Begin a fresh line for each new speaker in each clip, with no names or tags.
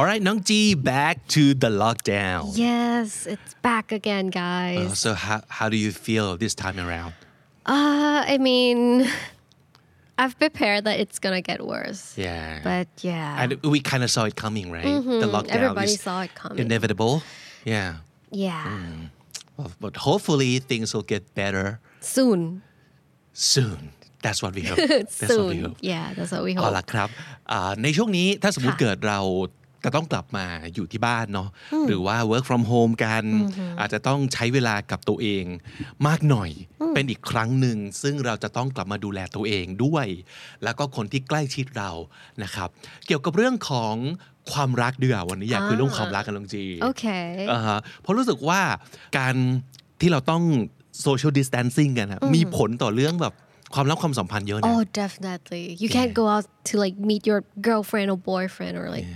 Alright, น้องจี back to the lockdown.
Yes, it's back again,
Uh,
guys.
so how how do you feel this time around?
Uh, I mean, I've prepared that it's gonna get worse.
Yeah.
But yeah,
and we kind of saw it coming, right? The lockdown.
everybody
is
saw it coming.
Inevitable. Yeah.
yeah,
Mm. Well, But hopefully things will get better.
soon,
soon that's what we hope that's what we
soon.
hope
Yeah, that's what we
เอา
hope.
ละครับอ่าในช่วงนี้ถ้าสมมติ
ค่ะ
เกิดเราจะต้องกลับมาอยู่ที่บ้านเนาะหรือว่า work from home กัน อาจจะต้องใช้เวลากับตัวเองมากหน่อย เป็นอีกครั้งหนึ่ง ซึ่งเราจะต้องกลับมาดูแลตัวเองด้วย แล้วก็คนที่ใกล้ชิดเรานะครับ เกี่ยวกับเรื่องของความรักดีกว่าวันนี้อยากคุยเรื่องความรักกันลงจี
Okay.
อ่าฮะเพราะรู้สึกว่าการที่เราต้อง social distancing กันนะมีผลต่อเรื่องแบบความรักความสัมพันธ์เยอะนะ
Oh, definitely. You can't go out to like meet your girlfriend or boyfriend or like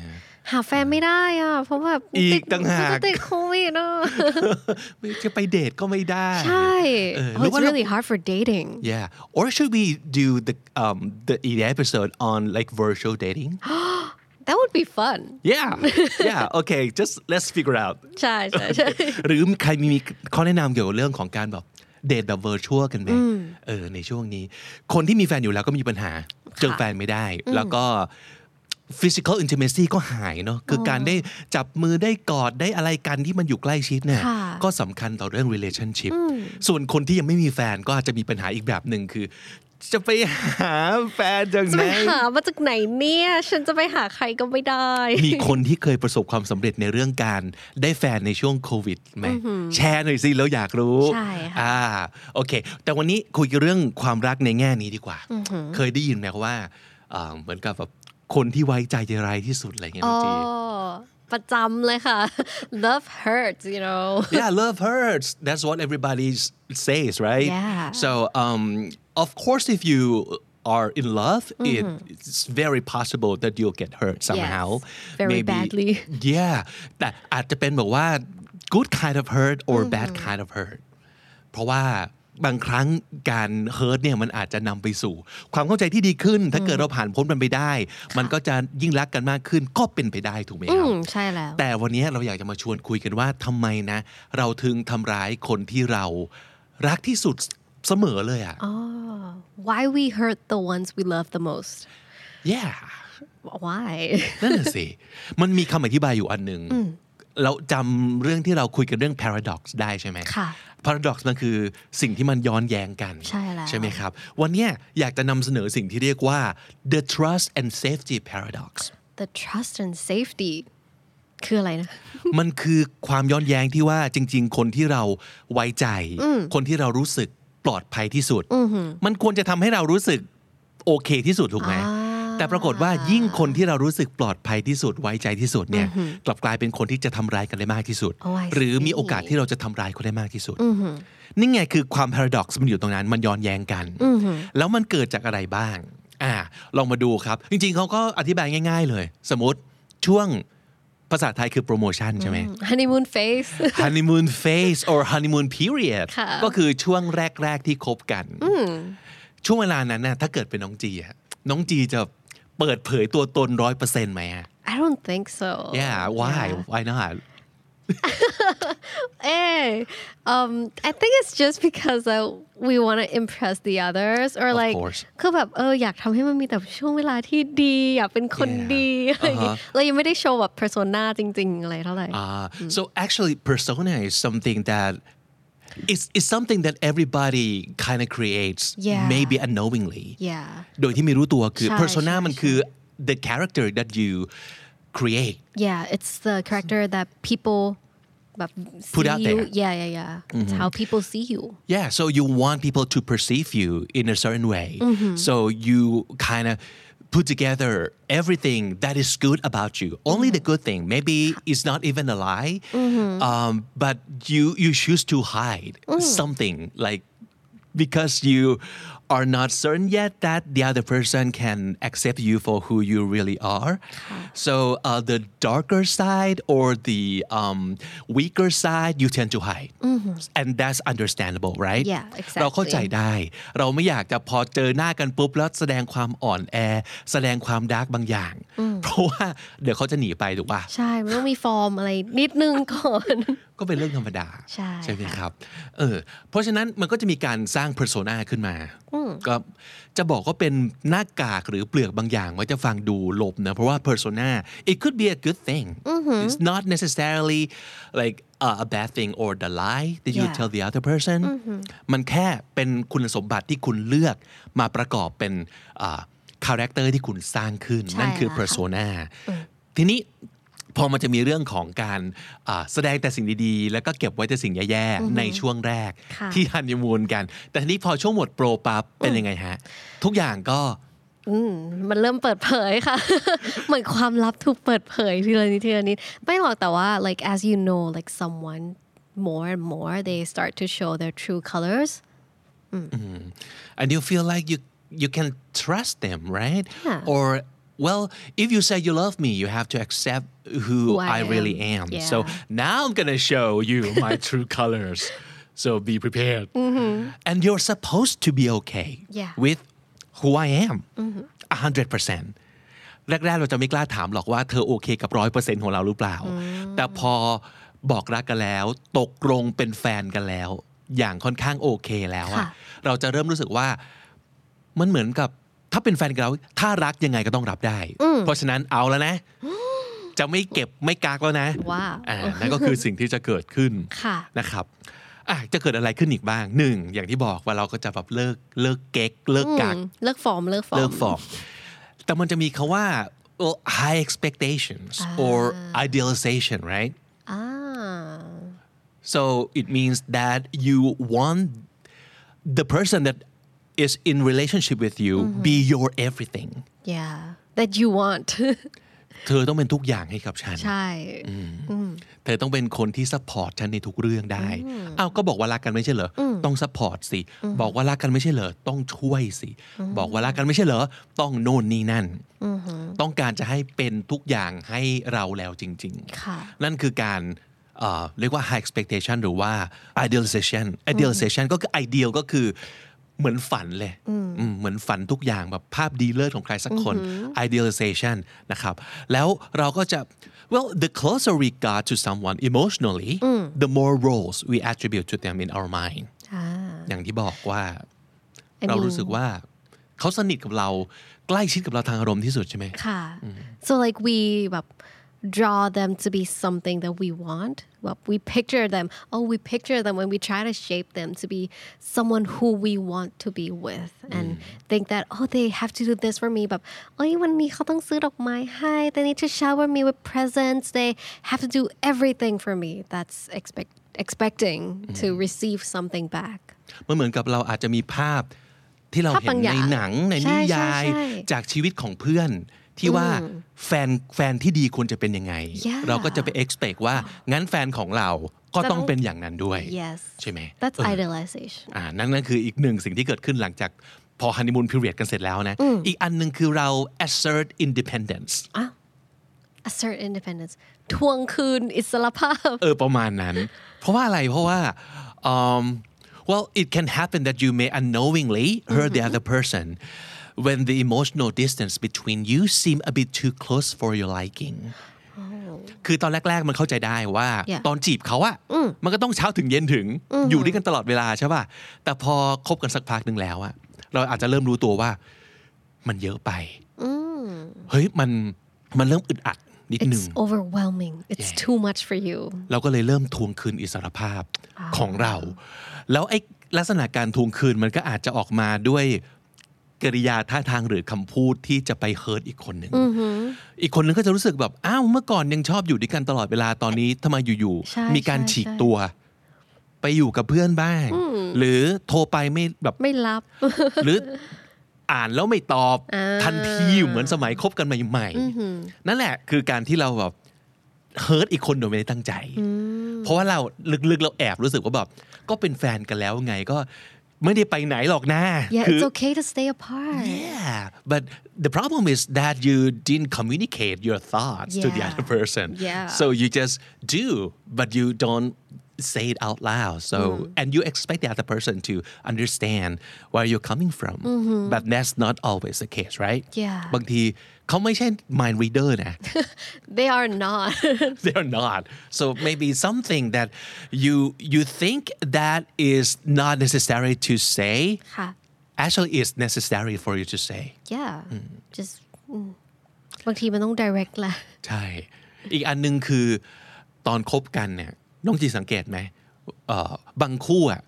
หาแฟนไม่ได้อ่ะเพราะแบบ
อีกต่างหาก
มันจะติดโควิดอ่ะ
ไม่จะไปเดทก็ไม่ได้
ใช่
เออห
Oh,
รือ
it's
ว่าเรา
really hard for dating.
Uh, yeah or should we do the um the episode on like virtual dating
That would be fun.
yeah yeah okay just let's figure out
ใช่ใช่ ใช่
หรือใครมีข้อแนะนำเกี่ยวกับเรื่องของการแบบเดทแบบเวอร์ชวลกันไหมเออในช่วงนี้ คนที่มีแฟนอยู่แล้วก็มีปัญหา เจอแฟนไม่ได้ แล้วก็ physical intimacy ก็หายเนาะคือการได้จับมือได้กอดได้อะไรกันที่มันอยู่ใกล้ชิดเนี่ย
ค่ะ
ก็สำคัญต่อเรื่อง relationship ส่วนคนที่ยังไม่มีแฟนก็อาจจะมีปัญหาอีกแบบหนึ่งคือ จะไปหาแฟนจาก
จะ
ไห
ไป
น
หามาจากไหนเนี่ย ฉันจะไปหาใครก็ไม่ได้
มีคนที่เคยประสบความสำเร็จในเรื่องการได้แฟนในช่วงโควิดไหมแชร์หน่อยสิแล้วอยากรู้
ใช่ค่ะ
อ่าโอเค แต่วันนี้คุยเรื่องความรักในแง่นี้ดีกว่า เคยได้ยินไหมว่าเอ่อเหมือนกับแบบคนที่ไว้ใจใจร้ายที่สุดอะไรเงี้ย
อ๋
บา
อง
ที
ประจำเลยค่ะ love hurts you know
yeah, love hurts. That's what everybody s- says, right?
Yeah.
So, um, of course, if you are in love, it, it's very possible that you'll get hurt somehow.
very badly.
Yeah. แต่อาจจะเป็นแบบว่า good kind of hurt or bad kind of hurt. เพราะว่าบางครั้งการ hurt เนี่ยมันอาจจะนำไปสู่ ความเข้าใจที่ดีขึ้น ถ้าเกิดเราผ่านพ้นมันไปได้ มันก็จะยิ่งรักกันมากขึ้นก็เป็นไปได้ถูกไหมค
อื
รับ
มใช่แล้ว
แต่วันนี้เราอยากจะมาชวนคุยกันว่าทำไมนะ เราถึงทำร้ายคนที่เรารักที่สุดเสมอเลยอ่ะ
why we hurt the ones we love the most
yeah
why
นั่นแหละสิ มันมีคำอธิบายอยู่อันหนึ่งเราจำเรื่องที่เราคุยกันเรื่อง paradox ได้ใช่ไหม
ค่ะ
paradox มันคือสิ่งที่มันย้อนแย้งกัน
ใช่แล้ว
ใช่ไหมครับ วันเนี้ยอยากจะนำเสนอสิ่งที่เรียกว่า the trust and safety paradox
the trust and safety คืออะไรนะ
มันคือความย้อนแย้งที่ว่าจริง ๆ คนที่เราไว้ใจ คนที่เรารู้สึกปลอดภัยที่สุด มันควรจะทำให้เรารู้สึกโอเคที่สุดถูกไหม แต่ปรากฏว่ายิ่งคนที่เรารู้สึกปลอดภัยที่สุดไว้ใจที่สุดเนี่ยกลับกลายเป็นคนที่จะทำร้ายกันได้มากที่สุด
โอ้ I see
หรือมีโอกาสที่เราจะทำร้ายคนได้มากที่สุด นี่ไงคือความ paradox มันอยู่ตรงนั้น มันย้อนแย้งกัน แล้วมันเกิดจากอะไรบ้าง อ่า ลองมาดูครับ จริง ๆเขาก็อธิบายง่าย ๆ เลย สมมติช่วงภาษาไทยคือโปรโมชั่นใช่ไหม
honeymoon phase
honeymoon phase or honeymoon period
ค่ะ
ก็คือช่วงแรก ๆ ที่คบกัน ช่วงเวลานั้นน่ะถ้าเกิดเป็นน้องจีอะน้องจีจะเปิดเผยตัวตนร้อยเปอร์เซ็นต์ไหมอะ
I don't think so
yeah why why not
Hey, um, I think it's just because uh, we want to impress the others or
Of
like
course.
คือแบบเอออยากทำให้มันมีแต่ช่วงเวลาที่ดีอยากเป็นคน
Yeah.
ดีอะไรอย่างเงี้ยเรายังไม่ได้โชว์แบบ persona จริง ๆ อะไรเท่าไหร่
Uh, So actually, persona is something that it's, it's something that everybody kind of creates,
Yeah.
maybe unknowingly.
yeah
โดยที่ไม่รู้ตัวคือ
ใช่
persona
ใช่
มัน
ใช่
คือ the character that you create
yeah it's the character that people แบบ
Put
see
out
you
there.
yeah yeah yeah it's how people see you
yeah so you want people to perceive you in a certain way so you kind of put together everything that is good about you only the good thing maybe it's not even a lie um, but you you choose to hide something like because you are not certain yet that the other person can accept you for who you really are. So uh, the darker side or the um, weaker side, you tend to hide, and that's understandable, right?
Yeah, exactly.
เราเข้าใจได้ เราไม่อยากจะพอเจอหน้ากันปุ๊บแล้วแสดงความอ่อนแอ แสดงความดาร์กบางอย่าง เพราะว่าเดี๋ยวเขาจะหนีไปถูกป่ะ
ใช่มันต้องมีฟอร์มอะไรนิดนึงก่อน
ก็เป็นเรื่องธรรมดา
ใช่
ไหม
ค่ะ
ครับเออเพราะฉะนั้นมันก็จะมีการสร้างเพอร์โซนาขึ้นมาก็จะบอกว่าเป็นหน้ากากหรือเปลือกบางอย่างว่าจะฟังดูหลบนะเพราะว่า persona it could be a good thing it's not necessarily like a a bad thing or the lie that you
Yeah.
tell the other person มันแค่เป็นคุณสมบัติที่คุณเลือกมาประกอบเป็นคาแรคเตอร์ที่คุณสร้างขึ้น
ใช่
นั่นคือ
แล้วค่ะ
persona ทีนี้พอมันจะมีเรื่องของการอ่าแสดงแต่สิ่งดีๆ แล้วก็เก็บไว้แต่สิ่งแย่ๆ ในช่วงแรก
ค่ะ
ที่ทันยมูลกัน แต่ทีนี้พอช่วงหมดโปรปั๊บเป็นยังไงฮะ ทุกอย่างก็
อืมมันเริ่มเปิดเผยค่ะ เหมือนความลับถูกเปิดเผยทีละนิดทีละนิดไม่หรอกแต่ว่า like as you know like someone more and more they start to show their true colors
and you feel like you you can trust them right
Yeah.
or well if you say you love me you have to accept who
Who I
I really am
am. Yeah.
so now I'm gonna show you my true colors so be prepared and you're supposed to be okay
Mm-hmm. Yeah. Mm-hmm.
with who I am 100% แรกๆ เราจะไม่กล้าถามหรอกว่าเธอโอเคกับร้อยเปอร์เซ็นของเราหรือเปล่า แต่พอบอกรักกันแล้ว ตกลงเป็นแฟนกันแล้ว อย่างค่อนข้างโอเคแล้วอะ
ค่ะ
เราจะเริ่มรู้สึกว่า มันเหมือนกับถ้าเป็นแฟนกันแล้ว ถ้ารักยังไงก็ต้องรับได้ เพราะฉะนั้นเอาแล้วนะ จะไม่เก็บไม่กักแล้วนะ
ว้าว
อ่านั่นก็คือสิ่งที่จะเกิดขึ้น
ค่ะ
นะครับอ่ะจะเกิดอะไรขึ้นอีกบ้างหนึ่งอย่างที่บอกว่าเราก็จะแบบเลิกเลิกเก๊กเลิกกัก
เลิกฟอร์มเลิกฟอร์ม
เลิกฟอกแต่มันจะมีคาว่า well, high expectations or idealization right
อ่า
so it means that you want the person that is in relationship with you be your everything
yeah that you want
เธอต้องเป็นทุกอย่างให้กับฉัน
ใช่
เธอต้องเป็นคนที่ซัพพอร์ตฉันในทุกเรื่องได้ อ้าว ก็บอกว่ารักกันไม่ใช่เหรอ ต้องซัพพอร์ตสิ บอกว่ารักกันไม่ใช่เหรอ ต้องช่วยสิ บอกว่ารักกันไม่ใช่เหรอ ต้องโน่นนี่นั่น ต้องการจะให้เป็นทุกอย่างให้เราแล้วจริง
ค่ะ
นั่นคือการเอ่อเรียกว่า high expectation หรือว่า idealization idealization ก็คือ ideal ก็คือเหมือนฝันเลยอืมเหมือนฝันทุกอย่างแบบภาพดีเลิศของใครสักคน idealization นะครับ แล้วเราก็จะ well the closer we got to someone emotionally the more roles we attribute to them in our mind
อ่า
อย่างที่บอกว่า
อันนี้
เรารู้สึกว่าเขาสนิทกับเราใกล้ชิดกับเราทางอารมณ์ที่สุดใช่ไหม
ค่ะ so like we แบบ draw them to be something that we want แบบ we picture them oh we picture them when we try to shape them to be someone who we want to be with and think that oh they have to do this for me แบบเอ้ยวันนี้เขาต้องซื้อดอกไม้ให้ they need to shower me with presents they have to do everything for me that's expect expecting to receive something back
มันเหมือนกับเราอาจจะมีภาพที่เราเห็
ภาพบานงอย่าง
ในหนังใน
ใช่
นิ
ใช่
ยาย
ใช่
จากชีวิตของเพื่อน ที่ว่าแฟนแฟนที่ดีควรจะเป็นยังไง
Yeah
เราก็จะไป expect ว่างั้นแฟนของเราก็ต้องเป็นอย่างนั้นด้วย
yes
ใช่ไหม
that's
เออ
idealization
อ่านั่นนั่นคืออีกหนึ่งสิ่งที่เกิดขึ้นหลังจากพอฮันนีมูนพิเรียดกันเสร็จแล้วนะ อีกอันหนึ่งคือเรา assert independence
assert independence ทวงคืนอิสรภาพ
เออประมาณนั้น เพราะว่าอะไรเพราะว่าอืม well it can happen that you may unknowingly hurt the other person when the emotional distance between you seem a bit too close for your liking คือตอนแรก ๆ มันเข้าใจได้ว่า
Yeah.
ตอนจีบเขาอะมันก็ต้องเช้าถึงเย็นถึงอยู่ด้วยกันตลอดเวลาใช่ป่ะ แต่พอคบกันสักพักหนึ่งแล้วอะเราอาจจะเริ่มรู้ตัวว่า มันเยอะไปเฮ้ยมันมันเริ่มอึดอัดนิดนึง
it's overwhelming it's too much for you
เราก็เลยเริ่มทวงคืนอิสรภาพของเรา แล้วไอ้ลักษณะการทวงคืนมันก็อาจจะออกมาด้วยกริยาท่าทางหรือคำพูดที่จะไปเฮิร์ตอีกคนหนึ่ง อีกคนหนึงก็จะรู้สึกแบบ อ้าว เมื่อก่อนยังชอบอยู่ด้วยกันตลอดเวลาตอนนี้ทำไมอยู่
ใช่
ๆ มีการ
ใช่
ฉีก
ใช่
ตัว ไปอยู่กับเพื่อนบ้าง หรือโทรไปไม่แบบ
ไม่รับ
หรืออ่านแล้วไม่ตอบทันทีเหมือนสมัยคบกันใหม่ๆ นั่นแหละคือการที่เราแบบเฮิร์ตอีกคนโดยไม่ได้ตั้งใจ เพราะว่าเราลึกๆ เราแอบรู้สึกว่าแบบก็เป็นแฟนกันแล้วไงก็ ไม่ได้ไปไหนหรอกนะ
Yeah,
คือ
it's okay to stay apart.
Yeah, but the problem is that you didn't communicate your thoughts to the
Yeah.
other person.
Yeah.
So you just do, but you don't say it out loud. So
Hmm.
and you expect the other person to understand where you're coming from. But that's not always the case, right?
Mm-hmm. Yeah.
บางทีเขาไม่ใช่ mind reader นะ
They are not.
they're not so maybe something that you you think that is not necessary to say
Ha.
actually is necessary for you to say
yeah.
Mm.
Just อืมบางทีมันต้อง direct แหละ
ใช่ อีกอันหนึงคือตอนคบกันเนี่ยน้องจีสังเกตไหมเอ่อบางคู่อ่ะ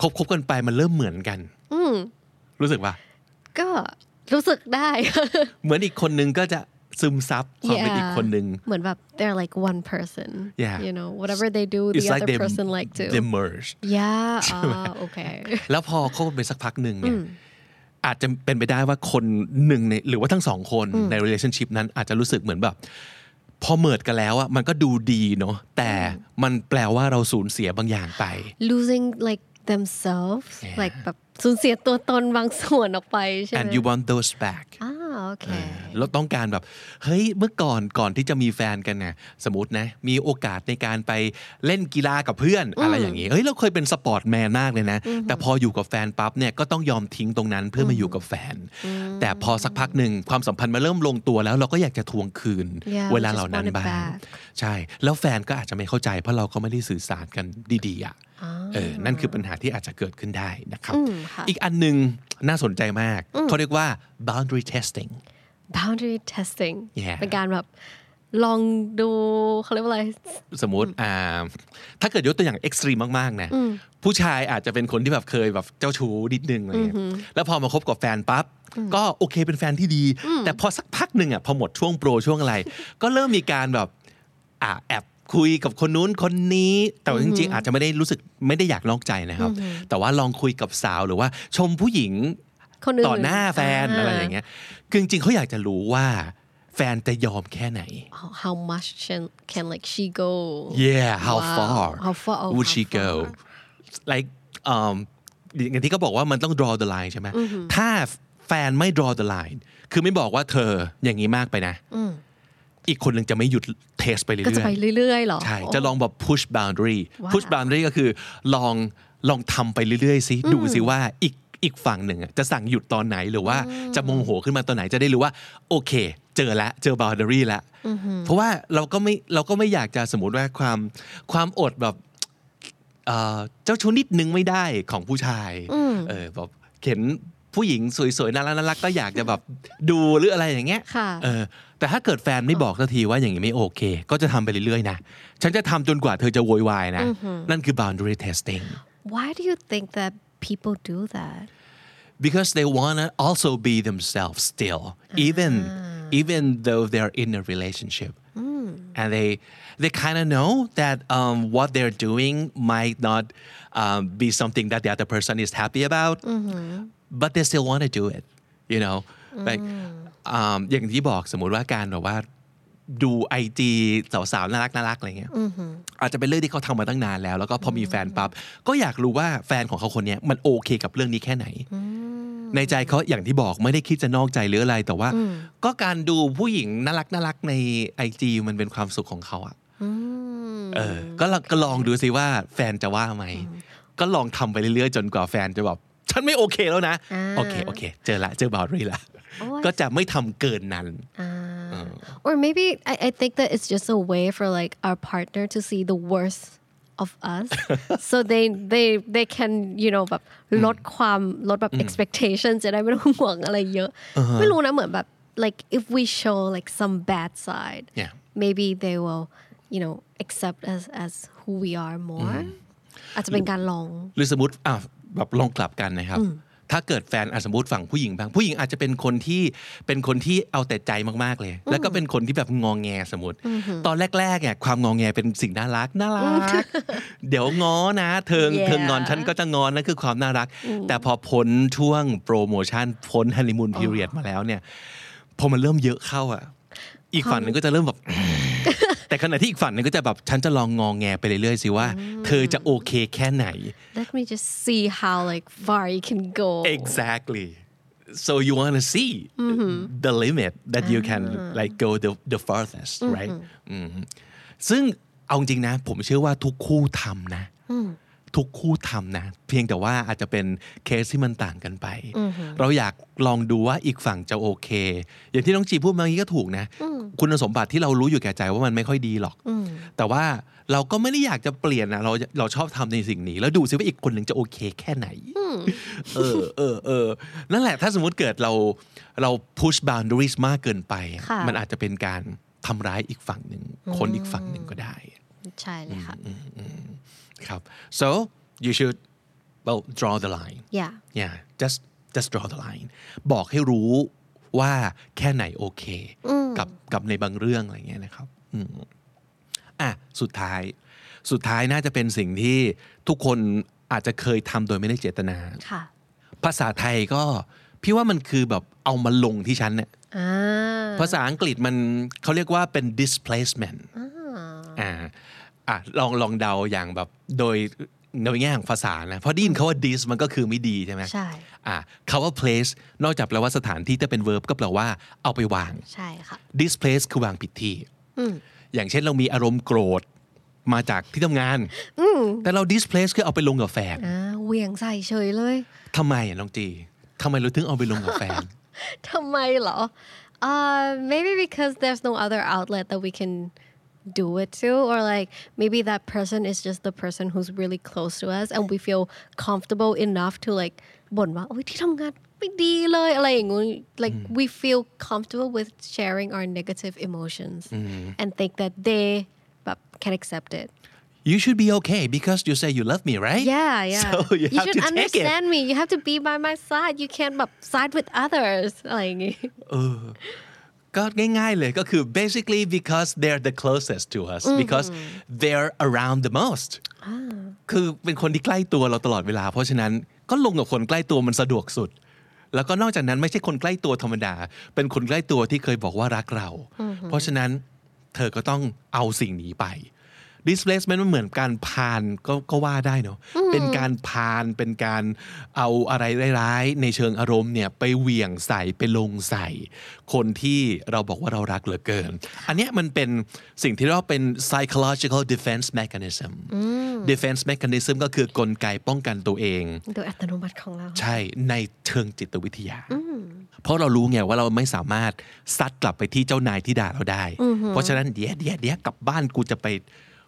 คบคบกันไปมันเริ่มเหมือนกันรู้สึกว่า
ก็รู้สึกได้
เหมือนอีกคนนึงก็จะซึมซับความเป็นอีกคนนึง
เหมือนแบบ they're like one person
Yeah.
you know whatever they do the
It's
other
they
person like to
they merge
yeah อ่า okay
แล้วพอคบกันไปสักพักหนึ่งเนี่ยอาจจะเป็นไปได้ว่าคนหนึ่งในหรือว่าทั้งสองคนใน relationship นั้นอาจจะรู้สึกเหมือนแบบ พอเมิดกันแล้วอะมันก็ดูดีเนาะแต่มันแปลว่าเราสูญเสียบางอย่างไป
losing like themselves
Yeah.
like แบบสูญเสียตัวตนบางส่วนออกไปใช่ไหม
and you want those back
อ่า okay
เราต้องการแบบ เฮ้ยเมื่อก่อนก่อนที่จะมีแฟนกันเนี่ยสมมตินะ มีโอกาสในการไปเล่นกีฬากับเพื่อนอะไรอย่างนี้เฮ้ยเราเคยเป็นสปอร์ตแมนมากเลยนะ แต่พออยู่กับแฟนปั๊บเนี่ยก็ต้องยอมทิ้งตรงนั้นเพื่อมาอยู่กับแฟน แต่พอสักพักหนึ่งความสัมพันธ์มาเริ่มลงตัวแล้วเราก็อยากจะทวงคืน
Yeah,
เวลาเหล่านั้น
we just want it
บ้าง
back.
ใช่ แล้วแฟนก็อาจจะไม่เข้าใจ เพราะเราก็ไม่ได้สื่อสารกันดีๆอ่ะเออนั่นคือปัญหาที่อาจจะเกิดขึ้นได้นะครับ อีกอันหนึ่งน่าสนใจมากเขาเรียกว่า boundary testing
boundary testing
Yeah.
เป็นการแบบลองดูเขาเรียกว่าอะไร
สมมติอ่าถ้าเกิดยกตัวอย่างเอ็กซ์ตรีมมากๆนะผู้ชายอาจจะเป็นคนที่แบบเคยแบบเจ้าชู้นิดนึงอะไรเลยแล้วพอมาคบกับแฟนปั๊บก็โอเคเป็นแฟนที่ดี แต่พอสักพักหนึ่งอ่ะพอหมดช่วงโปรช่วงอะไร ก็เริ่มมีการแบบอ่าแอบคุยกับคนนู้นคนนี้ แต่ว่าจริง ๆ อาจจะไม่ได้รู้สึกไม่ได้อยากนอกใจนะครับ แต่ว่าลองคุยกับสาวหรือว่าชมผู้หญิง
คนอื่น
ต่อหน้าแฟนอะไรอย่างเงี้ยคือจริงๆเขาอยากจะรู้ว่าแฟนจะยอมแค่ไหน
อ่า how much can can like she go
Yeah, how
Wow.
far?
How far? Oh,
would
how
she go? Like, um, อย่างที่เขาบอกว่ามันต้อง draw the line ใช่ไหมถ้าแฟนไม่ draw the line คือไม่บอกว่าเธออย่างนี้มากไปนะ อีกคนหนึ่งจะไม่หยุดเทสไปเรื่อย
ก็จะไป
ๆ
เรื่อยๆเหรอ
ใช่ จะลองแบบ push boundary
ว้าว
push boundary ก็คือลองลองทำไปเรื่อยๆสิดูสิว่าอีกอีกฝั่งหนึ่งอะจะสั่งหยุดตอนไหนหรือว่าจะโมโหขึ้นมาตอนไหนจะได้รู้ว่า โอเค เจอแล้วเจอ boundary แล้วเพราะว่าเราก็ไม่เราก็ไม่อยากจะสมมติว่าความความอดแบบ เอ่อเจ้าชู้นิดนึงไม่ได้ของผู้ชายเออแบบเห็นผู้หญิงสวยๆน่ารักน่ารักก็อยากจะแบบ ดูหรืออะไรอย่างเงี้ย
ค่ะ
เออแต่ถ้าเกิดแฟนไม่บอกสักทีว่าอย่างนี้ไม่โอเค ก็จะทำไปเรื่อยๆนะ ฉันจะทำจนกว่าเธอจะโวยวายนะ นั่นคือ boundary testing
Why do you think that people do that?
because they wanna also be themselves still even even though they're in a relationship and they they kind of know that um, what they're doing might not um, be something that the other person is happy about but they still want to do it you know like um, อย่างที่บอกสมมุติว่าการแบบว่าดูไอจีสาวๆน่ารักน่ารักๆอะไรเงี้ยอาจจะเป็นเรื่องที่เขาทำมาตั้งนานแล้ว แล้วก็พอมีแฟนปั๊บก็อยากรู้ว่าแฟนของเขาคนเนี้ยมันโอเคกับเรื่องนี้แค่ไหน ในใจเขาอย่างที่บอกไม่ได้คิดจะนอกใจหรืออะไร แต่ว่า ก็การดูผู้หญิงน่ารักน่ารักในไอจีมันเป็นความสุขของเขาอะเออ ก็ลองก็ลองดูสิว่าแฟนจะว่าไหม ก็ลองทำไปเรื่อยๆ จนกว่าแฟนจะแบบฉันไม่โอเคแล้วนะ
อ่า
โอเค โอเค เจอละเจอบาวรีละ
โอ้ย
ก็จะไม่ทำเกินนั้น
Uh, or maybe I, I think that it's just a way for like our partner to see the worst of us so they they they can you know แบบลดความลดแบบ expectation จะได้ไม่ต้อง ห่วงอะไรเยอะไม่รู้นะเหมือนแบบ like if we show like some bad side
Yeah.
maybe they will you know accept us as who we are more อาจจะเป็นการลอง
หรือสมมติอ่ะแบบลองกลับกันนะครับ ถ้าเกิดแฟนอะสมมติฝั่งผู้หญิงบ้าง ผู้หญิงอาจจะเป็นคนที่เป็นคนที่เอาแต่ใจมากๆเลย แล้วก็เป็นคนที่แบบงองแงสมมติ ตอนแรกๆเนี่ยความงองแงเป็นสิ่งน่ารักน่ารัก เดี๋ยวง้อนะเทิง
Yeah
เทิงงอนฉันก็จะงอนนั่นคือความน่ารัก แต่พอพ้นช่วงโปรโมชั่นพ้นฮันนีมูนพี เรียดมาแล้วเนี่ยพอมันเริ่มเยอะเข้าอ่ะ อีกฝั่งหนึ่งก็จะเริ่มแบบ แต่ขณะที่อีกฝั่งหนึงก็จะแบบฉันจะลองงองแงไปเรื่อยๆสิว่า เธอจะโอเคแค่ไหน
Let me just see how like far you can go.
exactly so you want to see the limit that you can like go the the farthest right อืมซึ่งเอาจริงนะ ผมเชื่อว่าทุกคู่ทำนะ ทุกคู่ทำนะ เพียงแต่ว่าอาจจะเป็นเคสที่มันต่างกันไป เราอยากลองดูว่าอีกฝั่งจะโอเค อย่างที่น้องจีพูดเมื่อกี้ก็ถูกนะ คุณสมบัติที่เรารู้อยู่แก่ใจว่ามันไม่ค่อยดีหรอก แต่ว่าเราก็ไม่ได้อยากจะเปลี่ยนนะเราเราชอบทำในสิ่งนี้ แล้วดูซิว่าอีกคนหนึ่งจะโอเคแค่ไหน เออเออเออนั่นแหละถ้าสมมุติเกิดเราเราพุช boundaries มากเกินไปอะ
ค่ะ
มันอาจจะเป็นการทำร้ายอีกฝั่งหนึ่งคนอีกฝั่งหนึ่งก็ได้
ใช่เลยค่ะ
ครับ so you should well draw the line
Yeah.
yeah just just draw the line บอกให้รู้ว่าแค่ไหนโอเค กับกับในบางเรื่องอะไรเงี้ยนะครับอืมอ่ะสุดท้าย สุดท้ายน่าจะเป็นสิ่งที่ทุกคนอาจจะเคยทำโดยไม่ได้เจตนา
ค่ะ
ภาษาไทยก็พี่ว่ามันคือแบบเอามาลงที่ฉันเนี่ย
อ่า
ภาษาอังกฤษมันเขาเรียกว่าเป็น displacement อ่าอ่ะลองลองเดาอย่างแบบโดยในแง่ของภาษานะเพราะไดยินคำว่า dis มันก็คือไม่ดีใช่ไหม
ใช่
อ่ะคำว่า place นอกจากแปลว่าสถานที่จะเป็น verb ก็แปลว่าเอาไปวาง
ใช่ค่ะ
displace คือวางผิดที่ อย่างเช่นเรามีอารมณ์โกรธมาจากที่ทำงาน แต่เรา displace คือเอาไปลงกับแฟน
Ah, อ่าเหวี่ยงใส่เฉยเลย
ทำไมอ่ะน้องจีทำไมเราถึงเอาไปลงกับแฟน
ทำไมเหรอ? Uh, maybe because there's no other outlet that we can do it to, or like maybe that person is just the person who's really close to us, and we feel comfortable enough to like บ่นว่าโอ๊ยที่ทำงานไม่ดีเลยอะไรอย่างงี้ like
Mm.
we feel comfortable with sharing our negative emotions
Mm-hmm.
and think that they แบบ can accept it.
you should be okay because you say you love me, right?
Yeah, yeah.
So you, have
should
to take it.
understand me. You have to be by my side. You can't แบบ side with others อะไรอย่างงี้
ก็ง่ายๆเลยก็คือ basically because they're the closest to us because they're around the most คือเป็นคนที่ใกล้ตัวเราตลอดเวลา เพราะฉะนั้นก็ลงกับคนใกล้ตัวมันสะดวกสุด แล้วก็นอกจากนั้นไม่ใช่คนใกล้ตัวธรรมดา เป็นคนใกล้ตัวที่เคยบอกว่ารักเรา เพราะฉะนั้นเธอก็ต้องเอาสิ่งนี้ไป displacement มันเหมือนการพานก็ก็ว่าได้เนอะเป็นการพานเป็นการเอาอะไรร้ายๆในเชิงอารมณ์เนี่ยไปเหวี่ยงใส่ไปลงใส่ คนที่เราบอกว่าเรารักเหลือเกิน อันเนี้ยมันเป็นสิ่งที่เรียกว่าเป็น psychological defense mechanism defense mechanism ก็คือกลไกป้องกันตัวเอง
โดยอัตโนมัติของเรา
ใช่ในเชิงจิตวิทยา เพราะเรารู้ไงว่าเราไม่สามารถซัดกลับไปที่เจ้านายที่ด่าเราได้ เพราะฉะนั้นเดี๋ยวเดี๋ยวเดี๋ยวกลับบ้านกูจะไป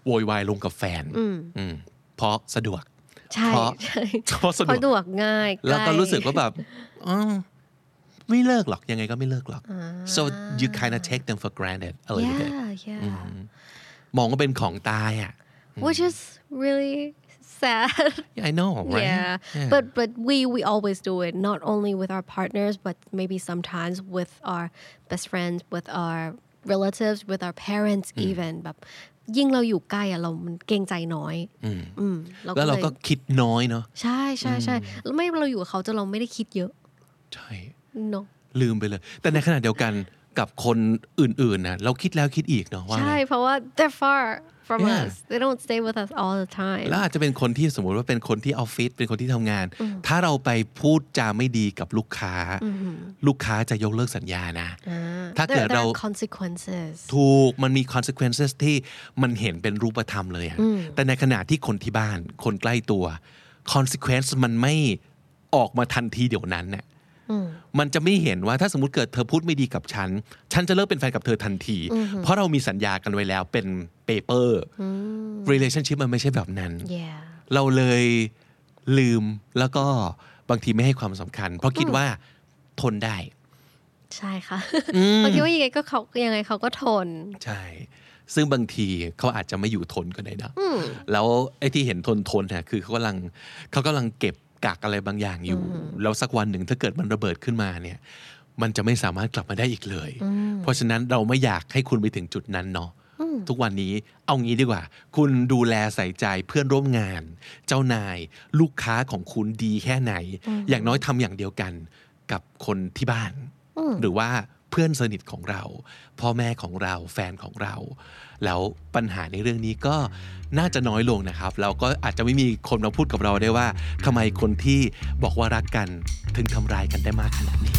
โวยวายลงกับแฟนอืมเพราะสะดวก
ใช่
เพราะ
ใช่
เพราะสะดวก
เพราะดวกง่าย
แล้วก็
ใ
รู้สึกว่าแบบอ๋อไม่เลิกหรอก ยังไงก็ไม่เลิกหรอก so you kind of take them for granted a little bit
yeah yeah
มองว่าเป็นของตายอ่ะ
which is really sad
Yeah, I know right
yeah but but we we always do it not only with our partners but maybe sometimes with our best friends with our relatives with our parents even แบบยิ่งเราอยู่ใกล้อะเรามันเกรงใจน้อยอืมเรา
แล้วเรา
ลย
ก็คิดน้อยเนาะ
ใช่ใช่ใช่แล้วไม่เราอยู่กับเขาจนเราไม่ได้คิดเยอะ
ใช่
เนาะ
ลืมไปเลย แต่ในขณะเดียวกันกับคนอื่นๆนะเราคิดแล้วคิดอีกเนาะว่า
ใช่เพราะว่า they're far from
Yeah.
us they don't stay with us all the time
แล้วอาจจะเป็นคนที่สมมติว่าเป็นคนที่ออฟฟิศเป็นคนที่ทำงาน ถ้าเราไปพูดจาไม่ดีกับลูกค้า ลูกค้าจะยกเลิกสัญญานะ ถ้าเกิด
There- there
เรา
are consequences
ถูกมันมี consequences ที่มันเห็นเป็นรูปธรรมเลยอะแต่ในขณะที่คนที่บ้านคนใกล้ตัว consequence มันไม่ออกมาทันทีเดี๋ยวนั้นเนี่ยมันจะไม่เห็นว่าถ้าสมมติเกิดเธอพูดไม่ดีกับฉัน ฉันจะเลิกเป็นแฟนกับเธอทันที เพราะเรามีสัญญากันไว้แล้วเป็น paper relationship มันไม่ใช่แบบนั้น
yeah
เราเลยลืมแล้วก็บางทีไม่ให้ความสำคัญ เพราะคิดว่าทนได้
ใช่ค่ะบางทีว่ายังไงก็เขายังไงเขาก็ทน
ใช่ ซึ่งบางทีเขาอาจจะไม่อยู่ทนก็ได้นะแล้วไอ้ที่เห็นทนทนเนี่ยคือเขากำลังเขากำลังเก็บกักอะไรบางอย่างอยู่ แล้วสักวันหนึ่งถ้าเกิดมันระเบิดขึ้นมาเนี่ย มันจะไม่สามารถกลับมาได้อีกเลย เพราะฉะนั้นเราไม่อยากให้คุณไปถึงจุดนั้นเนาะ ทุกวันนี้เอางี้ดีกว่า คุณดูแลใส่ใจเพื่อนร่วมงาน เจ้านาย ลูกค้าของคุณดีแค่ไหน อย่างน้อยทำอย่างเดียวกันกับคนที่บ้าน หรือว่า เพื่อนสนิทของเรา พ่อแม่ของเราแฟนของเรา แล้วปัญหาในเรื่องนี้ก็น่าจะน้อยลงนะครับเราก็อาจจะไม่มีคนมาพูดกับเราได้ว่าทำไมคนที่บอกว่ารักกันถึงทำร้ายกันได้มากขนาดนี้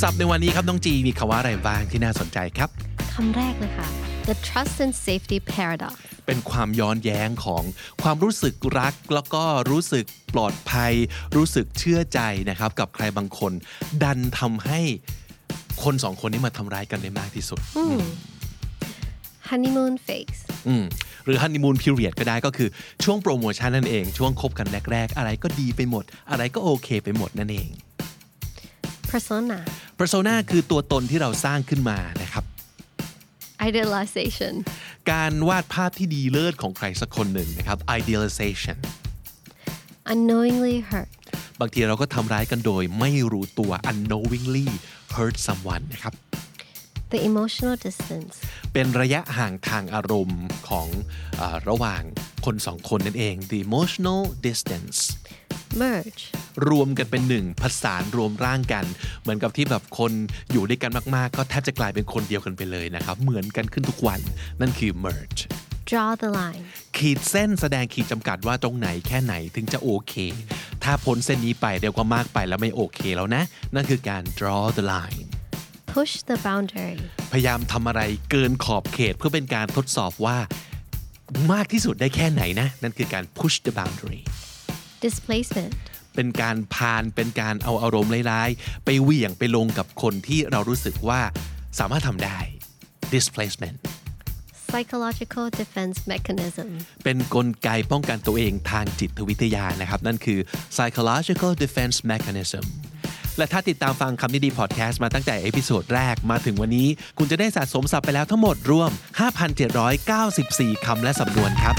ศัพท์ในวันนี้ครับน้องจีมีคำว่าอะไรบ้างที่น่าสนใจครับ
คำแรกเลยค่ะ the trust and safety paradox
เป็นความย้อนแย้งของความรู้สึกรัก แล้วก็รู้สึกปลอดภัย รู้สึกเชื่อใจนะครับ กับใครบางคน ดันทำให้คนสองคนนี้มาทำร้ายกันได้มากที่สุด
Hmm. honeymoon phase
อืมหรือฮันนีมูนพิเรียดก็ได้ก็คือช่วงโปรโมชั่นนั่นเอง ช่วงคบกันแรก ๆ อะไรก็ดีไปหมด อะไรก็โอเคไปหมดนั่นเอง
persona
persona คือตัวตนที่เราสร้างขึ้นมานะครับ
idealization
การวาดภาพที่ดีเลิศของใครสักคนหนึ่งนะครับ idealization
unknowingly hurt
บางทีเราก็ทำร้ายกันโดยไม่รู้ตัว unknowingly hurt someone นะครับ
the emotional distance
เป็นระยะห่างทางอารมณ์ของเออระหว่างคนสองคนนั่นเอง the emotional distance
merge
รวมกันเป็นหนึ่งผสานรวมร่างกัน เหมือนกับที่แบบคนอยู่ด้วยกันมาก ๆ ก็แทบจะกลายเป็นคนเดียวกันไปเลยนะครับ เหมือนกันขึ้นทุกวัน นั่นคือ merge
draw the line
ขีดเส้นแสดงขีดจำกัดว่าตรงไหนแค่ไหนถึงจะโอเค ถ้าพ้นเส้นนี้ไปเดี๋ยวก็มากไปแล้วไม่โอเคแล้วนะ นั่นคือการ draw the line
push the boundary
พยายามทำอะไรเกินขอบเขตเพื่อเป็นการทดสอบว่า มากที่สุดได้แค่ไหนนะ นั่นคือการ push the boundary
displacement
เป็นการพานเป็นการเอาอารมณ์ร้ายๆ ไปเหวี่ยงไปลงกับคนที่เรารู้สึกว่าสามารถทำได้ displacement
psychological defense mechanism
เป็นนกลไกป้องกันตัวเองทางจิตวิทยานะครับ นั่นคือ psychological defense mechanism และถ้าติดตามฟังคำนี้ดีพอดแคสต์มาตั้งแต่เอพิโซดแรกมาถึงวันนี้ คุณจะได้สะสมศัพท์ไปแล้วทั้งหมดรวม 5,794 คำและสำนวนครับ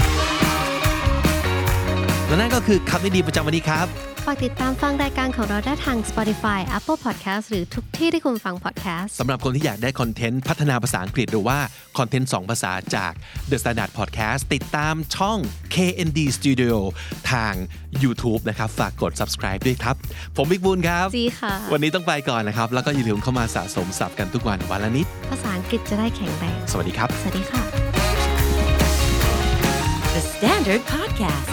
และนั่นก็คือคำนี้ดีประจำวันนี้ครับ
ฝากติดตามฟังรายการของเราได้ทาง Spotify Apple Podcast หรือทุกที่ที่คุณฟัง podcast
สำหรับคนที่อยากได้คอนเทนต์พัฒนาภาษาอังกฤษหรือว่าคอนเทนต์2ภาษาจาก The Standard Podcast ติดตามช่อง KND Studio ทาง YouTube นะครับ ฝากกด subscribe ด้วยครับ ผมบิ๊กบุญครับ
จีค่ะ
วันนี้ต้องไปก่อนนะครับ แล้วก็อย่าลืมเข้ามาสะสมศัพท์กันทุกวันวันละนิด
ภาษาอังกฤษจะได้แข็งแรง
สวัสดีครับ
สวัสดีค่ะ
The Standard Podcast,